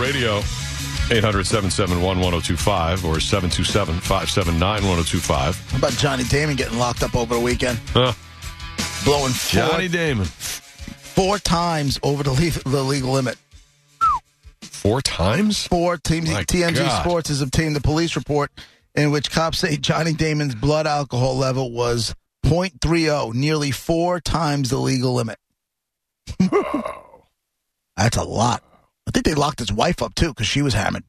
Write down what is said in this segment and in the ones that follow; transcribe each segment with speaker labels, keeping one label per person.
Speaker 1: Radio. 800 771 1025 or 727 579 1025.
Speaker 2: How about Johnny Damon getting locked up over the weekend? Blowing four,
Speaker 1: Johnny Damon.
Speaker 2: four times over the, le- the legal limit.
Speaker 1: Four times?
Speaker 2: Four teams,
Speaker 1: My
Speaker 2: TMZ
Speaker 1: God.
Speaker 2: Sports has obtained the police report in which cops say Johnny Damon's blood alcohol level was 0.30, nearly four times the legal limit. That's a lot. I think they locked his wife up too because she was hammered.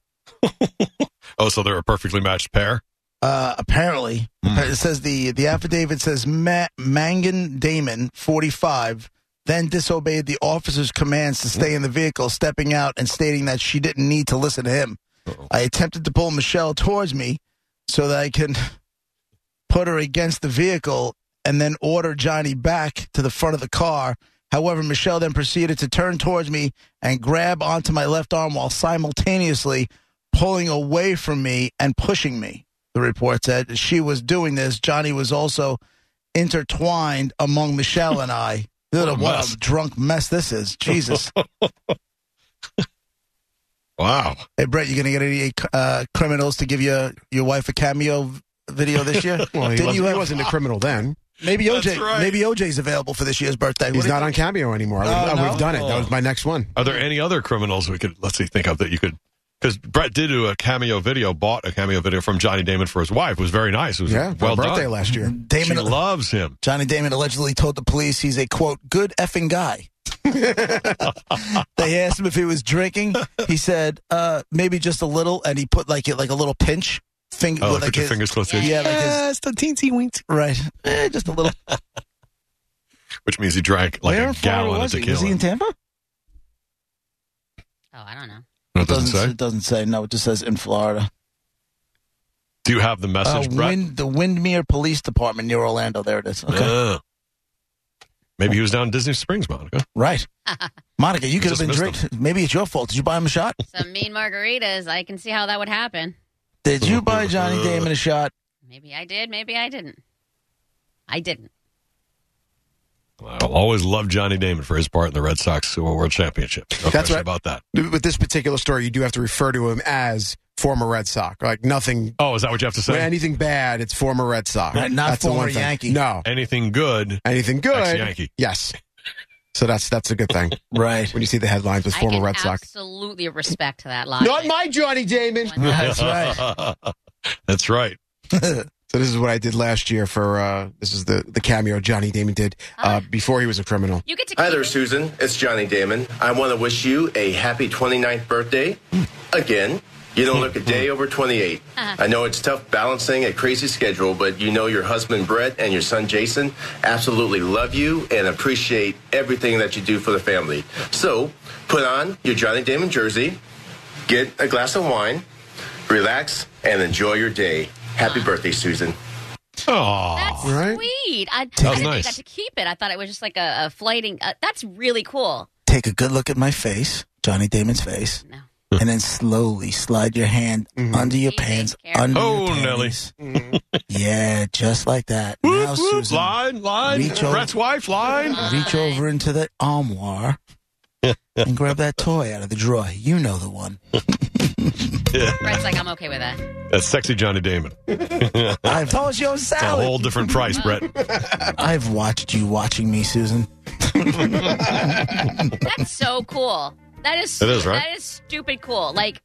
Speaker 1: Oh, so they're a perfectly matched pair?
Speaker 2: Uh, apparently, it says the the affidavit says Ma- Mangan Damon, 45, then disobeyed the officer's commands to stay in the vehicle, stepping out and stating that she didn't need to listen to him. I attempted to pull Michelle towards me so that I can put her against the vehicle and then order Johnny back to the front of the car. However, Michelle then proceeded to turn towards me and grab onto my left arm while simultaneously pulling away from me and pushing me. The report said as she was doing this. Johnny was also intertwined among Michelle and I. What a, what
Speaker 1: mess.
Speaker 2: a drunk mess this is. Jesus.
Speaker 1: Wow.
Speaker 2: Hey, Brett, you going to get any uh, criminals to give your your wife a cameo v- video this year?
Speaker 3: Well, he,
Speaker 2: Didn't
Speaker 3: wasn't,
Speaker 2: you
Speaker 3: he
Speaker 2: have-
Speaker 3: wasn't a criminal then.
Speaker 2: Maybe
Speaker 1: That's
Speaker 2: OJ.
Speaker 1: right.
Speaker 2: Maybe OJ's available for this year's birthday. What
Speaker 3: He's
Speaker 2: do you
Speaker 3: not on Cameo anymore. I would,
Speaker 2: Oh,
Speaker 3: I would
Speaker 2: no?
Speaker 3: have done it. That was my next one.
Speaker 1: Are there any other criminals we could, let's see, think of that you could? Because Brett did do a cameo video, bought a cameo video from Johnny Damon for his wife. It was very nice. It was
Speaker 3: Yeah, for
Speaker 1: well
Speaker 3: her birthday
Speaker 1: done.
Speaker 3: last year.
Speaker 1: She
Speaker 2: Damon
Speaker 1: loves him.
Speaker 2: Johnny Damon allegedly told the police he's a quote good effing guy. they asked him if he was drinking. He said uh, maybe just a little, and he put like like a little pinch finger.
Speaker 1: Oh,
Speaker 2: like
Speaker 1: like put your
Speaker 2: his-
Speaker 1: fingers close to
Speaker 2: Yeah, like his,
Speaker 3: it's the teensy weensy.
Speaker 2: right, Eh, just a little.
Speaker 1: which means he drank like
Speaker 3: Where
Speaker 1: a
Speaker 3: in Florida
Speaker 1: gallon of
Speaker 3: was he? Was
Speaker 1: tequila.
Speaker 2: Tampa?
Speaker 4: Oh, I don't know.
Speaker 1: No, it doesn't say.
Speaker 2: It doesn't say. No, it just says in Florida.
Speaker 1: Do you have the
Speaker 2: Uh,
Speaker 1: message, Brett?
Speaker 2: Wind, the Windmere Police Department near Orlando. There it is. Okay,
Speaker 1: Ah. maybe he was down in Disney Springs, Monica.
Speaker 2: right. Monica, you could have
Speaker 1: just
Speaker 2: been
Speaker 1: missed
Speaker 2: drinking. Maybe it's your fault. Did you buy him a shot?
Speaker 4: Some mean margaritas. I can see how that would happen.
Speaker 2: Did you buy Johnny Damon a shot?
Speaker 4: Maybe I did. Maybe I didn't. I didn't.
Speaker 1: I'll always love Johnny Damon for his part in the Red Sox World Championship. No
Speaker 3: That's
Speaker 1: question
Speaker 3: right.
Speaker 1: about that.
Speaker 3: With this particular story, you do have to refer to him as former Red Sox. Like nothing,
Speaker 1: Oh, is that what you have to say?
Speaker 3: anything bad, it's former Red Sox.
Speaker 2: Not- not
Speaker 3: that's the
Speaker 2: former
Speaker 3: one thing.
Speaker 2: Yankee.
Speaker 3: No,
Speaker 1: Anything good?
Speaker 3: anything good.
Speaker 1: Ex-Yankee.
Speaker 3: Yes. So that's that's a good thing
Speaker 2: Right.
Speaker 3: when you see the headlines with
Speaker 4: I
Speaker 3: former
Speaker 4: can
Speaker 3: Red Sox.
Speaker 4: absolutely respect that logic.
Speaker 3: my Johnny Damon.
Speaker 2: That's right.
Speaker 1: That's right.
Speaker 3: So this is what I did last year for uh, this is the the cameo Johnny Damon did uh, before he was a criminal.
Speaker 4: You get to.
Speaker 5: Hi
Speaker 4: keep
Speaker 5: there,
Speaker 4: it.
Speaker 5: Susan. It's Johnny Damon. I want to wish you a happy 29th birthday. Again, you don't look a day over 28.
Speaker 4: Uh-huh.
Speaker 5: I know it's tough balancing a crazy schedule, but you know your husband Brett and your son Jason absolutely love you and appreciate everything that you do for the family. So put on your Johnny Damon jersey, get a glass of wine, relax, and enjoy your day. Happy birthday, Susan.
Speaker 1: Oh,
Speaker 4: That's
Speaker 3: Right?
Speaker 4: sweet. I, I
Speaker 1: was nice.
Speaker 4: didn't think I got to keep it. I thought it was just like a, a flighting. Uh, that's really cool.
Speaker 2: Take a good look at my face, Johnny Damon's face,
Speaker 4: No.
Speaker 2: and then slowly slide your hand under your
Speaker 4: Easy,
Speaker 2: pants.
Speaker 4: careful.
Speaker 2: Under
Speaker 1: Oh,
Speaker 2: your
Speaker 1: Nelly. Mm-hmm.
Speaker 2: panties. yeah, just like that. now, Susan,
Speaker 1: line, line.
Speaker 2: Reach over.
Speaker 1: Brett's wife, line.
Speaker 2: reach over into the armoire and grab that toy out of the drawer. You know the one.
Speaker 4: Brett's like, I'm okay with that.
Speaker 1: That's sexy Johnny Damon. It's
Speaker 2: I've told you,
Speaker 1: a
Speaker 2: Sally.
Speaker 1: whole different price, Brett.
Speaker 2: I've watched you watching me, Susan.
Speaker 4: That's so cool. That is.
Speaker 1: It is, right?
Speaker 4: That is stupid cool. Like,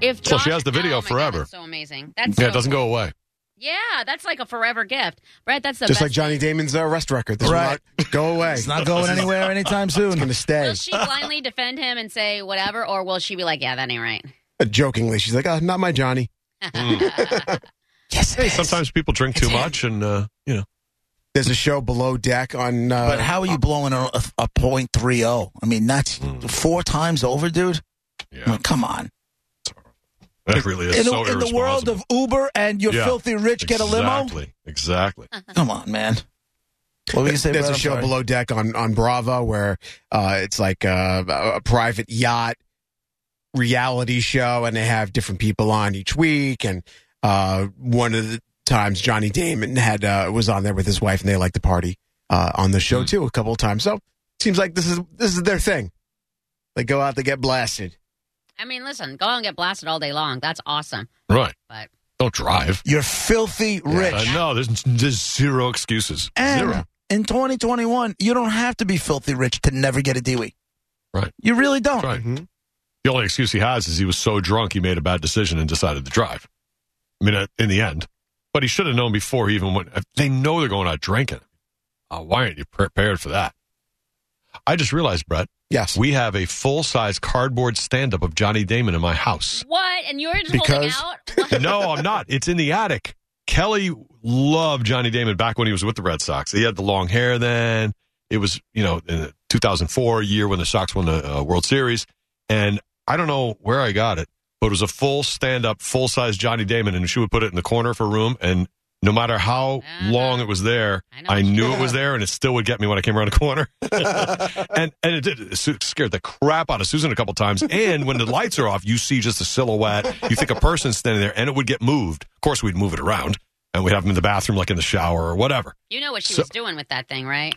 Speaker 4: if
Speaker 1: So she
Speaker 4: Johnny-
Speaker 1: has the video
Speaker 4: oh my God,
Speaker 1: forever.
Speaker 4: that's so amazing. That's
Speaker 1: Yeah,
Speaker 4: so
Speaker 1: it doesn't
Speaker 4: cool.
Speaker 1: go away.
Speaker 4: Yeah, that's like a forever gift, Brett. That's the
Speaker 3: Just
Speaker 4: best
Speaker 3: like Johnny Damon's uh, rest record. This will
Speaker 2: Right.
Speaker 3: not go away.
Speaker 2: It's not going anywhere anytime soon.
Speaker 3: going to stay.
Speaker 4: Will she blindly defend him and say whatever, or will she be like, "Yeah, that ain't right"?
Speaker 3: Uh, jokingly, she's like, oh, not my Johnny.
Speaker 2: Yes, it is.
Speaker 1: Sometimes people drink too much, and uh, you know.
Speaker 3: There's a show below deck on. Uh,
Speaker 2: But how are you blowing a, a, a .30? I mean, that's four times over, dude. I
Speaker 1: Mm. Yeah,
Speaker 2: mean, come on.
Speaker 1: that really is
Speaker 2: in,
Speaker 1: so
Speaker 2: the, in the world
Speaker 1: irresponsible.
Speaker 2: of Uber and you're
Speaker 1: Yeah.
Speaker 2: filthy rich, get a limo.
Speaker 1: Exactly. Exactly.
Speaker 2: Come on, man. What were you saying?
Speaker 3: there's
Speaker 2: Brad?
Speaker 3: a
Speaker 2: I'm
Speaker 3: show
Speaker 2: sorry.
Speaker 3: below deck on on Bravo where uh, it's like uh, a, a private yacht reality show, and they have different people on each week. And uh, one of the times Johnny Damon had uh, was on there with his wife, and they like to party uh, on the
Speaker 2: Hmm.
Speaker 3: show too a couple of times. So seems like this is this is their thing. They go out, they get blasted.
Speaker 4: I mean, listen, go out and get blasted all day long. That's awesome.
Speaker 1: Right.
Speaker 4: But
Speaker 1: Don't drive.
Speaker 2: You're filthy rich.
Speaker 1: Uh, no, there's, there's zero excuses.
Speaker 2: And
Speaker 1: zero.
Speaker 2: in 2021, you don't have to be filthy rich to never get a DUI.
Speaker 1: Right.
Speaker 2: You really don't.
Speaker 1: Right. The only excuse he has is he was so drunk he made a bad decision and decided to drive. I mean, uh, in the end, but he should have known before he even went. if They know they're going out drinking. Uh, why aren't you prepared for that? I just realized, Brett,
Speaker 3: Yes.
Speaker 1: we have a full size cardboard stand up of Johnny Damon in my house.
Speaker 4: what? And you're just holding
Speaker 3: Because-
Speaker 4: out? What?
Speaker 1: no, I'm not. It's in the attic. Kelly loved Johnny Damon back when he was with the Red Sox. He had the long hair then. It was, you know, in the 2004 year when the Sox won the uh, World Series. And I don't know where I got it, but it was a full stand up, full size Johnny Damon. And she would put it in the corner of her room. And no matter how
Speaker 4: Uh-huh.
Speaker 1: long it was there,
Speaker 4: I know.
Speaker 1: I knew it was there and it still would get me when I came around the corner. and and it did. It su- scared the crap out of Susan a couple times. And when the lights are off, you see just a silhouette. You think a person's standing there and it would get moved. Of course, we'd move it around and we'd have them in the bathroom, like in the shower or whatever.
Speaker 4: You know what she
Speaker 1: So-
Speaker 4: was doing with that thing, right?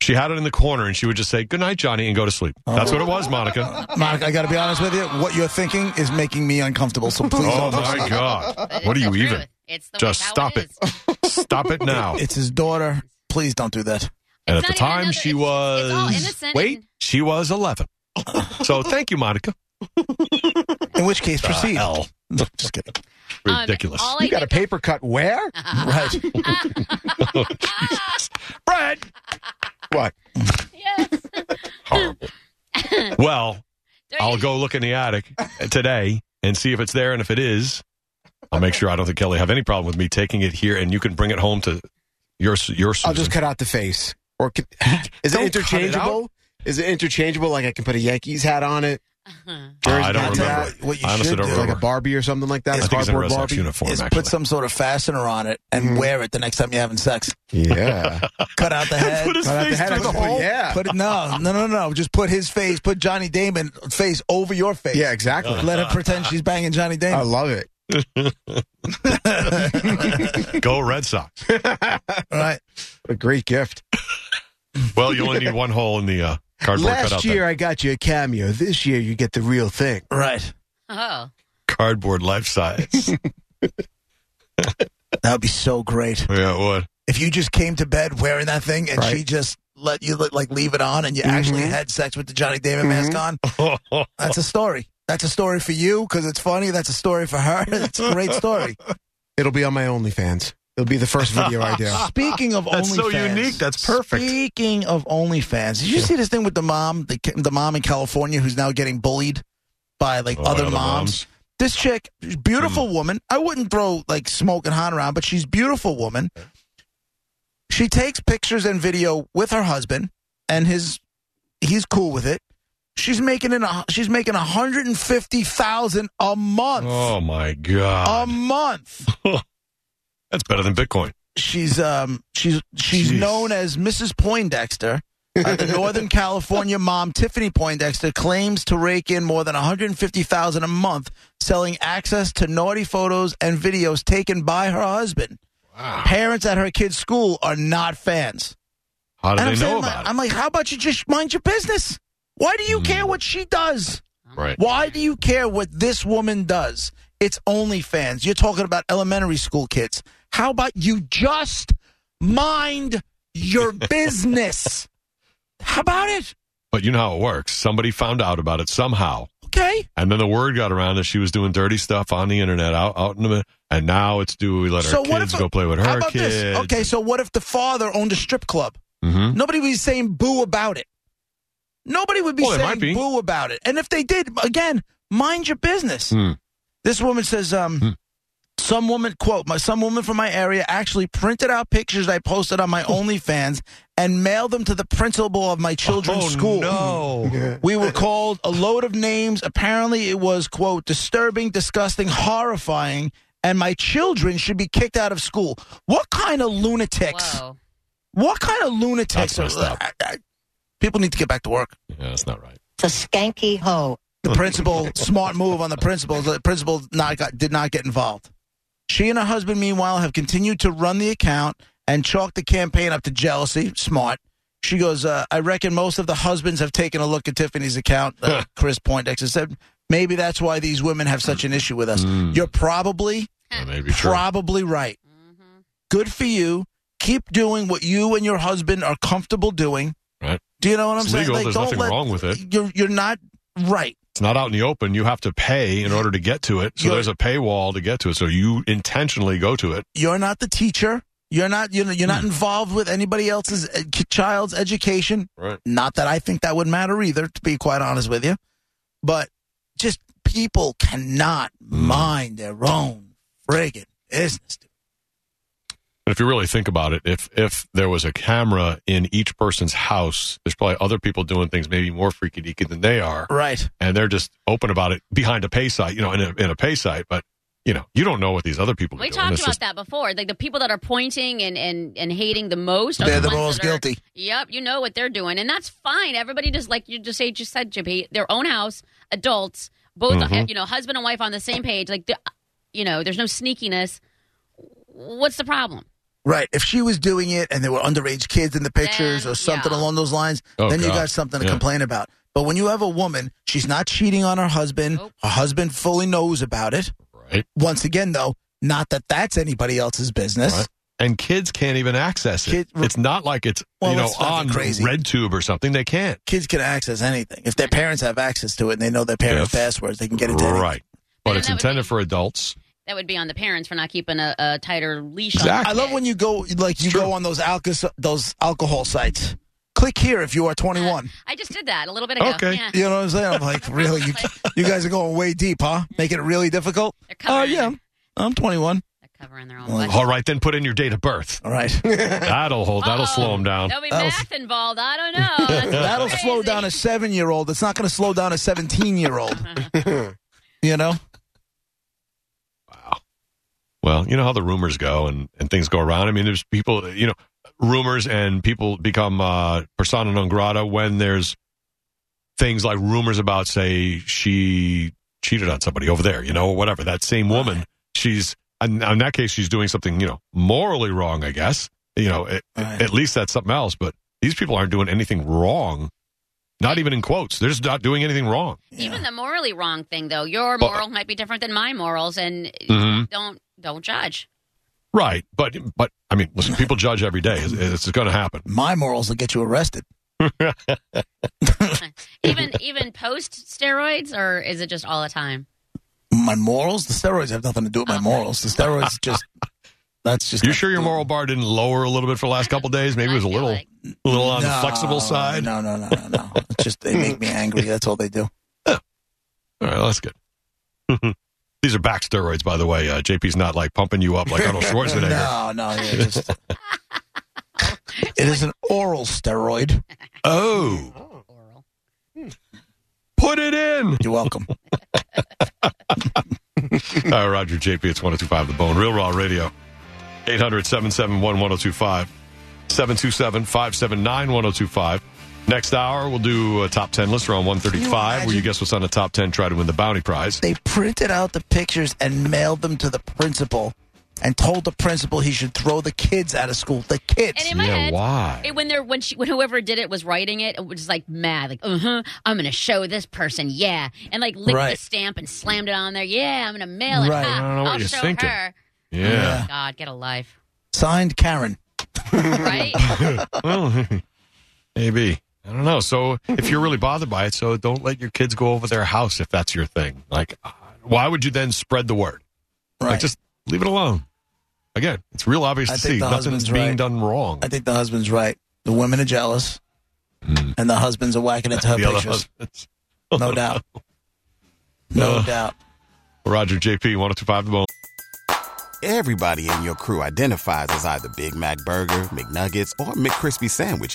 Speaker 1: She had it in the corner and she would just say, Good night, Johnny, and go to sleep. That's what it was, Monica.
Speaker 2: Monica, I got to be honest with you. What you're thinking is making me uncomfortable. So please
Speaker 1: Oh,
Speaker 2: don't.
Speaker 1: my
Speaker 4: But
Speaker 1: God.
Speaker 4: it's
Speaker 1: What are
Speaker 4: the
Speaker 1: you
Speaker 4: truth.
Speaker 1: even?
Speaker 4: It's the
Speaker 1: Just
Speaker 4: how
Speaker 1: stop
Speaker 4: it.
Speaker 1: it.
Speaker 4: is. Um,
Speaker 1: Stop it now.
Speaker 2: It's his daughter. Please don't do that.
Speaker 1: And at
Speaker 4: It's
Speaker 1: the
Speaker 4: not even
Speaker 1: time,
Speaker 4: another-
Speaker 1: she
Speaker 4: it's- it's
Speaker 1: was.
Speaker 4: all innocent
Speaker 1: wait,
Speaker 4: and-
Speaker 1: she was 11. So thank you, Monica.
Speaker 2: In which case, proceed.
Speaker 1: hell.
Speaker 2: Just kidding.
Speaker 4: Um,
Speaker 1: Ridiculous.
Speaker 4: all I
Speaker 3: You got a
Speaker 4: think
Speaker 3: paper cut where?
Speaker 4: of-
Speaker 1: Brett!
Speaker 3: What?
Speaker 4: yes.
Speaker 1: Horrible. well,
Speaker 4: Don't
Speaker 1: I'll
Speaker 4: you-
Speaker 1: go look in the attic today and see if it's there, and if it is, I'll make sure I don't think Kelly have any problem with me taking it here, and you can bring it home to your your Susan.
Speaker 3: I'll just cut out the face. Or can, is it
Speaker 1: Don't cut it
Speaker 3: interchangeable? Is it interchangeable? Like I can put a Yankees hat on it,
Speaker 1: Uh,
Speaker 3: Jersey
Speaker 1: I don't
Speaker 3: hat,
Speaker 2: That's
Speaker 1: remember.
Speaker 2: What, what you
Speaker 1: I honestly
Speaker 2: should
Speaker 1: don't
Speaker 2: do
Speaker 3: like a
Speaker 1: remember.
Speaker 3: Barbie or something like that.
Speaker 1: I
Speaker 3: a
Speaker 1: think it's in a
Speaker 3: cardboard
Speaker 1: Red Sox
Speaker 3: Barbie.
Speaker 1: uniform.
Speaker 2: is
Speaker 1: actually.
Speaker 2: put some sort of fastener on it and
Speaker 3: Mm.
Speaker 2: wear it the next time you're having sex.
Speaker 3: Yeah.
Speaker 2: Cut out the head.
Speaker 1: Put his
Speaker 3: Cut out the
Speaker 1: face
Speaker 3: head
Speaker 1: through
Speaker 3: out
Speaker 1: the
Speaker 3: the-
Speaker 1: hole.
Speaker 3: Yeah.
Speaker 2: Put it, no, no, no, no. Just put his face. Put Johnny Damon face over your face.
Speaker 3: yeah, exactly.
Speaker 2: Let her pretend she's banging Johnny Damon.
Speaker 3: I love it.
Speaker 1: Go Red Sox.
Speaker 2: All right.
Speaker 3: A great gift.
Speaker 1: Well, you only need one hole in the uh, cardboard
Speaker 3: Last
Speaker 1: cutout.
Speaker 3: year
Speaker 1: Year.
Speaker 3: I got you a cameo. This year you get the real thing.
Speaker 2: Right.
Speaker 4: Oh.
Speaker 1: Cardboard life size.
Speaker 2: That would be so great.
Speaker 1: yeah, it would.
Speaker 2: If you just came to bed wearing that thing and
Speaker 3: Right.
Speaker 2: she just let you like leave it on and you actually had sex with the Johnny Damon mask on, that's a story. That's a story for you because it's funny. That's a story for her. That's a great story.
Speaker 3: It'll be on my OnlyFans. It'll be the first video I do.
Speaker 2: Speaking of
Speaker 1: That's
Speaker 2: OnlyFans,
Speaker 1: so unique. That's perfect.
Speaker 2: Speaking of OnlyFans, did you see this thing with the mom, the, ki- the mom in California who's now getting bullied by like
Speaker 1: Oh, other
Speaker 2: other moms?
Speaker 1: moms. Hmm.
Speaker 2: This chick, beautiful woman. I wouldn't throw like smoke and hot around, but she's beautiful woman. She takes pictures and video with her husband, and his he's cool with it. She's making an she's making one hundred and fifty thousand a month.
Speaker 1: oh my
Speaker 2: A
Speaker 1: god,
Speaker 2: month
Speaker 1: that's better than Bitcoin.
Speaker 2: she's um she's she's
Speaker 1: Jeez.
Speaker 2: known as Mrs. Poindexter. Uh, the Northern California mom Tiffany Poindexter claims to rake in more than 150,000 a month selling access to naughty photos and videos taken by her husband. Parents at her kid's school are not fans.
Speaker 1: How do
Speaker 2: and
Speaker 1: they
Speaker 2: I'm,
Speaker 1: know
Speaker 2: saying,
Speaker 1: about
Speaker 2: I'm like, how about you just mind your business? Why do you
Speaker 1: Mm.
Speaker 2: care what she does?
Speaker 1: it? Right.
Speaker 2: Why do you care what this woman does? It's OnlyFans. You're talking about elementary school kids. How about you just mind your business? How about it?
Speaker 1: But you know how it works. Somebody found out about it somehow,
Speaker 2: Okay.
Speaker 1: and then the word got around that she was doing dirty stuff on the internet, out out in the, mi- and now it's do we let
Speaker 2: So
Speaker 1: our
Speaker 2: what
Speaker 1: kids
Speaker 2: if-
Speaker 1: go play with her
Speaker 2: How about
Speaker 1: kids?
Speaker 2: this? Okay, so what if the father owned a strip club?
Speaker 1: hmm
Speaker 2: Nobody would be saying boo about it. Nobody would be
Speaker 1: Well, they
Speaker 2: saying
Speaker 1: might be.
Speaker 2: boo about it. And if they did, again, mind your business.
Speaker 1: Hmm.
Speaker 2: This woman says, um,
Speaker 1: Hmm.
Speaker 2: some woman, quote, my, some woman from my area actually printed out pictures I posted on my
Speaker 1: Oh.
Speaker 2: OnlyFans and mailed them to the principal of my children's
Speaker 1: oh,
Speaker 2: school.
Speaker 1: No.
Speaker 2: We were called a load of names. Apparently, it was, quote, disturbing, disgusting, horrifying, and my children should be kicked out of school. What kind of lunatics?
Speaker 4: Whoa.
Speaker 2: What kind of lunatics
Speaker 1: That's messed
Speaker 2: are
Speaker 1: up.
Speaker 2: I- I- people need to get back to work?
Speaker 1: yeah, that's not right.
Speaker 6: It's a skanky hoe.
Speaker 2: The principal, smart move on the principal. The principal not got, did not get involved. She and her husband, meanwhile, have continued to run the account and chalk the campaign up to jealousy. Smart. She goes, uh, I reckon most of the husbands have taken a look at Tiffany's account. Uh, Chris Poindexter said, Maybe that's why these women have such an issue with us.
Speaker 1: Mm.
Speaker 2: You're probably,
Speaker 1: That may be true.
Speaker 2: probably right.
Speaker 4: Mm-hmm.
Speaker 2: Good for you. Keep doing what you and your husband are comfortable doing.
Speaker 1: Right.
Speaker 2: Do you know what I'm
Speaker 1: It's
Speaker 2: saying?
Speaker 1: legal.
Speaker 2: Like,
Speaker 1: There's
Speaker 2: don't
Speaker 1: nothing
Speaker 2: let-
Speaker 1: wrong with it.
Speaker 2: You're you're not right.
Speaker 1: It's not out in the open. You have to pay in order to get to it. So
Speaker 2: You're-
Speaker 1: there's a paywall to get to it. So you intentionally go to it.
Speaker 2: You're not the teacher. You're not you're, you're
Speaker 1: Hmm.
Speaker 2: not involved with anybody else's uh, child's education.
Speaker 1: Right.
Speaker 2: Not that I think that would matter either, to be quite honest with you. But just people cannot
Speaker 1: Hmm.
Speaker 2: mind their own friggin' business. dude.
Speaker 1: And if you really think about it, if if there was a camera in each person's house, there's probably other people doing things maybe more freaky deaky than they are,
Speaker 2: Right.
Speaker 1: and they're just open about it behind a pay site, you know, in a, in a pay site. But you know, you don't know what these other people.
Speaker 4: We
Speaker 1: are doing.
Speaker 4: talked
Speaker 1: It's
Speaker 4: about
Speaker 1: just-
Speaker 4: that before. Like the people that are pointing and and and hating the most. Are
Speaker 2: They're the
Speaker 4: ones
Speaker 2: most
Speaker 4: that are-
Speaker 2: guilty.
Speaker 4: Yep, you know what they're doing, and that's fine. Everybody just like you just say, just said, Jimmy, their own house, adults, both
Speaker 2: Mm-hmm.
Speaker 1: Mhm.
Speaker 4: you know, husband and wife on the same page. Like, the, you know, there's no sneakiness. What's the problem?
Speaker 2: Right. If she was doing it and there were underage kids in the pictures
Speaker 4: Then,
Speaker 2: or something
Speaker 4: yeah.
Speaker 2: along those lines,
Speaker 1: Oh,
Speaker 2: then you
Speaker 1: God.
Speaker 2: got something to
Speaker 1: Yeah.
Speaker 2: complain about. But when you have a woman, she's not cheating on her husband.
Speaker 4: Nope.
Speaker 2: Her husband fully knows about it.
Speaker 1: right,
Speaker 2: Once again, though, not that that's anybody else's business.
Speaker 1: right. And kids can't even access it.
Speaker 2: Kid-
Speaker 1: it's not like it's
Speaker 2: Well,
Speaker 1: you know
Speaker 2: that's fucking
Speaker 1: on
Speaker 2: crazy.
Speaker 1: RedTube or something. They can't.
Speaker 2: Kids can access anything. If their parents have access to it and they know their parents'
Speaker 1: Yes.
Speaker 2: passwords, they can get it to anything.
Speaker 1: right, but
Speaker 4: And
Speaker 1: it's
Speaker 4: that would
Speaker 1: intended
Speaker 4: be-
Speaker 1: for adults.
Speaker 4: That would be on the parents for not keeping a, a tighter leash.
Speaker 1: Exactly.
Speaker 2: I
Speaker 4: On
Speaker 2: love when you go like you go on those alco- those alcohol sites. Click here if you are 21.
Speaker 4: I just did that a little bit ago.
Speaker 1: Okay.
Speaker 4: Yeah.
Speaker 2: You know what I'm saying? I'm like, really, you you guys are going way deep, huh? Making it really difficult.
Speaker 4: They're
Speaker 2: Oh
Speaker 4: covering,
Speaker 2: yeah, I'm 21.
Speaker 4: They're covering their own.
Speaker 2: Well,
Speaker 4: butt.
Speaker 1: All right, then put in your date of birth.
Speaker 2: All right,
Speaker 1: That'll hold. That'll
Speaker 4: Uh-oh.
Speaker 1: slow them down.
Speaker 4: Oh, There'll be
Speaker 2: That'll-
Speaker 4: math involved. I don't know. That's
Speaker 2: that'll
Speaker 4: crazy.
Speaker 2: slow down a seven year old. It's not going to slow down a 17 year old. You know?
Speaker 1: Well, you know how the rumors go and, and things go around. I mean, there's people, you know, rumors and people become uh, persona non grata when there's things like rumors about, say, she cheated on somebody over there, you know, or whatever. That same woman, she's, in, in that case, she's doing something, you know, morally wrong, I guess. You know, at,
Speaker 2: Right.
Speaker 1: at least that's something else. But these people aren't doing anything wrong, not even in quotes. They're just not doing anything wrong.
Speaker 4: Even the morally wrong thing, though, your
Speaker 1: But-
Speaker 4: moral might be different than my morals, and
Speaker 2: Mm-hmm.
Speaker 1: Mhm.
Speaker 4: don't don't judge.
Speaker 1: Right. But, but I mean, listen, people judge every day. It's, it's going to happen.
Speaker 2: My morals will get you arrested.
Speaker 4: Even even post steroids, or is it just all the time?
Speaker 2: My morals? The steroids have nothing to do with my
Speaker 4: Okay.
Speaker 2: morals. The steroids just that's just.
Speaker 1: You
Speaker 2: not-
Speaker 1: sure your moral bar didn't lower a little bit for the last couple of days? Maybe it was a
Speaker 4: I feel
Speaker 1: little,
Speaker 4: like-
Speaker 1: a little on the
Speaker 2: No,
Speaker 1: flexible side.
Speaker 2: No, no, no, no, no. It's just they make me angry. That's all they do.
Speaker 1: All right, that's good. These are back steroids, by the way. Uh, JP's not like pumping you up like Arnold Schwarzenegger.
Speaker 2: No, no, yeah, just. It is an oral steroid.
Speaker 1: Oh,
Speaker 4: oral.
Speaker 2: Hmm.
Speaker 1: put it in.
Speaker 2: You're welcome.
Speaker 1: All right, Roger JP, it's 1025 The Bone, Real Raw Radio. 800 771 1025, 727 579 1025. Next hour, we'll do a top 10 list around
Speaker 2: Can you
Speaker 1: 135,
Speaker 2: imagine?
Speaker 1: where you guess what's on the top 10, try to win the bounty prize.
Speaker 2: They printed out the pictures and mailed them to the principal, and told the principal he should throw the kids out of school. The
Speaker 4: And
Speaker 2: kids.
Speaker 4: in my
Speaker 1: yeah,
Speaker 4: head,
Speaker 1: why?
Speaker 4: it- when they're when she when whoever did it was writing it, it was just like mad, like uh huh, I'm gonna show this person, yeah, and like licked
Speaker 2: Right.
Speaker 4: the stamp and slammed it on there, yeah, I'm gonna mail it.
Speaker 2: Right.
Speaker 4: Ha,
Speaker 1: I don't know what
Speaker 4: I'll
Speaker 1: you're
Speaker 4: show
Speaker 1: thinking.
Speaker 4: her.
Speaker 1: yeah.
Speaker 4: God, get a life,
Speaker 2: Signed, Karen.
Speaker 4: right?
Speaker 1: well, maybe. I don't know. So if you're really bothered by it, so don't let your kids go over their house if that's your thing. Like, uh, why would you then spread the word?
Speaker 2: Right.
Speaker 1: Like, just leave it alone. Again, it's real obvious
Speaker 2: I
Speaker 1: to
Speaker 2: think
Speaker 1: see
Speaker 2: the
Speaker 1: nothing's
Speaker 2: husband's
Speaker 1: being
Speaker 2: right.
Speaker 1: done wrong.
Speaker 2: I think the husband's right. The women are jealous, and the husbands are whacking into her
Speaker 1: Hmm. the other
Speaker 2: pictures.
Speaker 1: husbands.
Speaker 2: No doubt. No
Speaker 1: Ugh.
Speaker 2: doubt.
Speaker 1: Roger JP, 1025 The Bone.
Speaker 6: Everybody in your crew identifies as either Big Mac Burger, McNuggets, or McCrispy Sandwich.